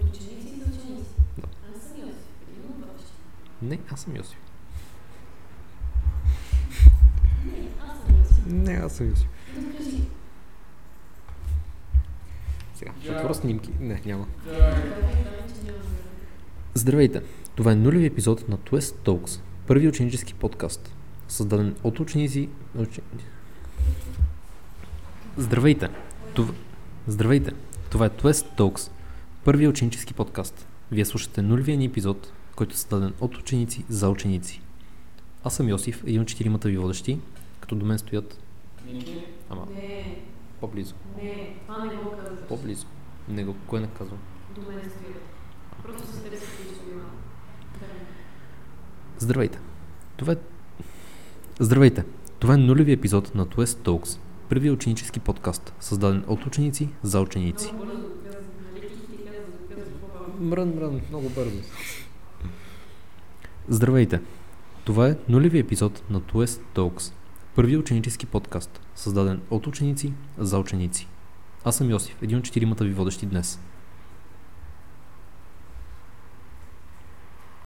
До ученици и до ученици. Аз съм Йосиф, един от вашите. Не, аз съм Йосиф. Не, аз съм Йосиф. Не, аз съм Йосиф. Докажи. Сега, ще отворя снимки. Не, няма. Добре, знам, че няма време. Здравейте! Това е нулеви епизод на Twist Talks, първи ученически подкаст, създаден от ученици... учени- Здравейте! Това... Здравейте! Това е Twist Talks, първи ученически подкаст. Вие слушате нулевия ни епизод, който е създаден от ученици за ученици. Аз съм Йосиф, един от четиримата ви водещи, като до мен стоят... Ама, Не, по-близо. не, това не го казваш. По-близо. Не го, кое наказвам? До мене стоят. Просто се търсят лично внимание. Да. Здравейте! Това е... Здравейте! Това е нулеви епизод на Twist Talks, първият ученически подкаст, създаден от ученици за ученици. Много бързо казваш, нали? Ти ти казваш, казваш по-бавно. Мрън, мрън, много бързо. Здравейте! Това е нулеви епизод на Twist Talks, първият ученически подкаст, създаден от ученици за ученици. Аз съм Йосиф, един от четиримата ви водещи днес.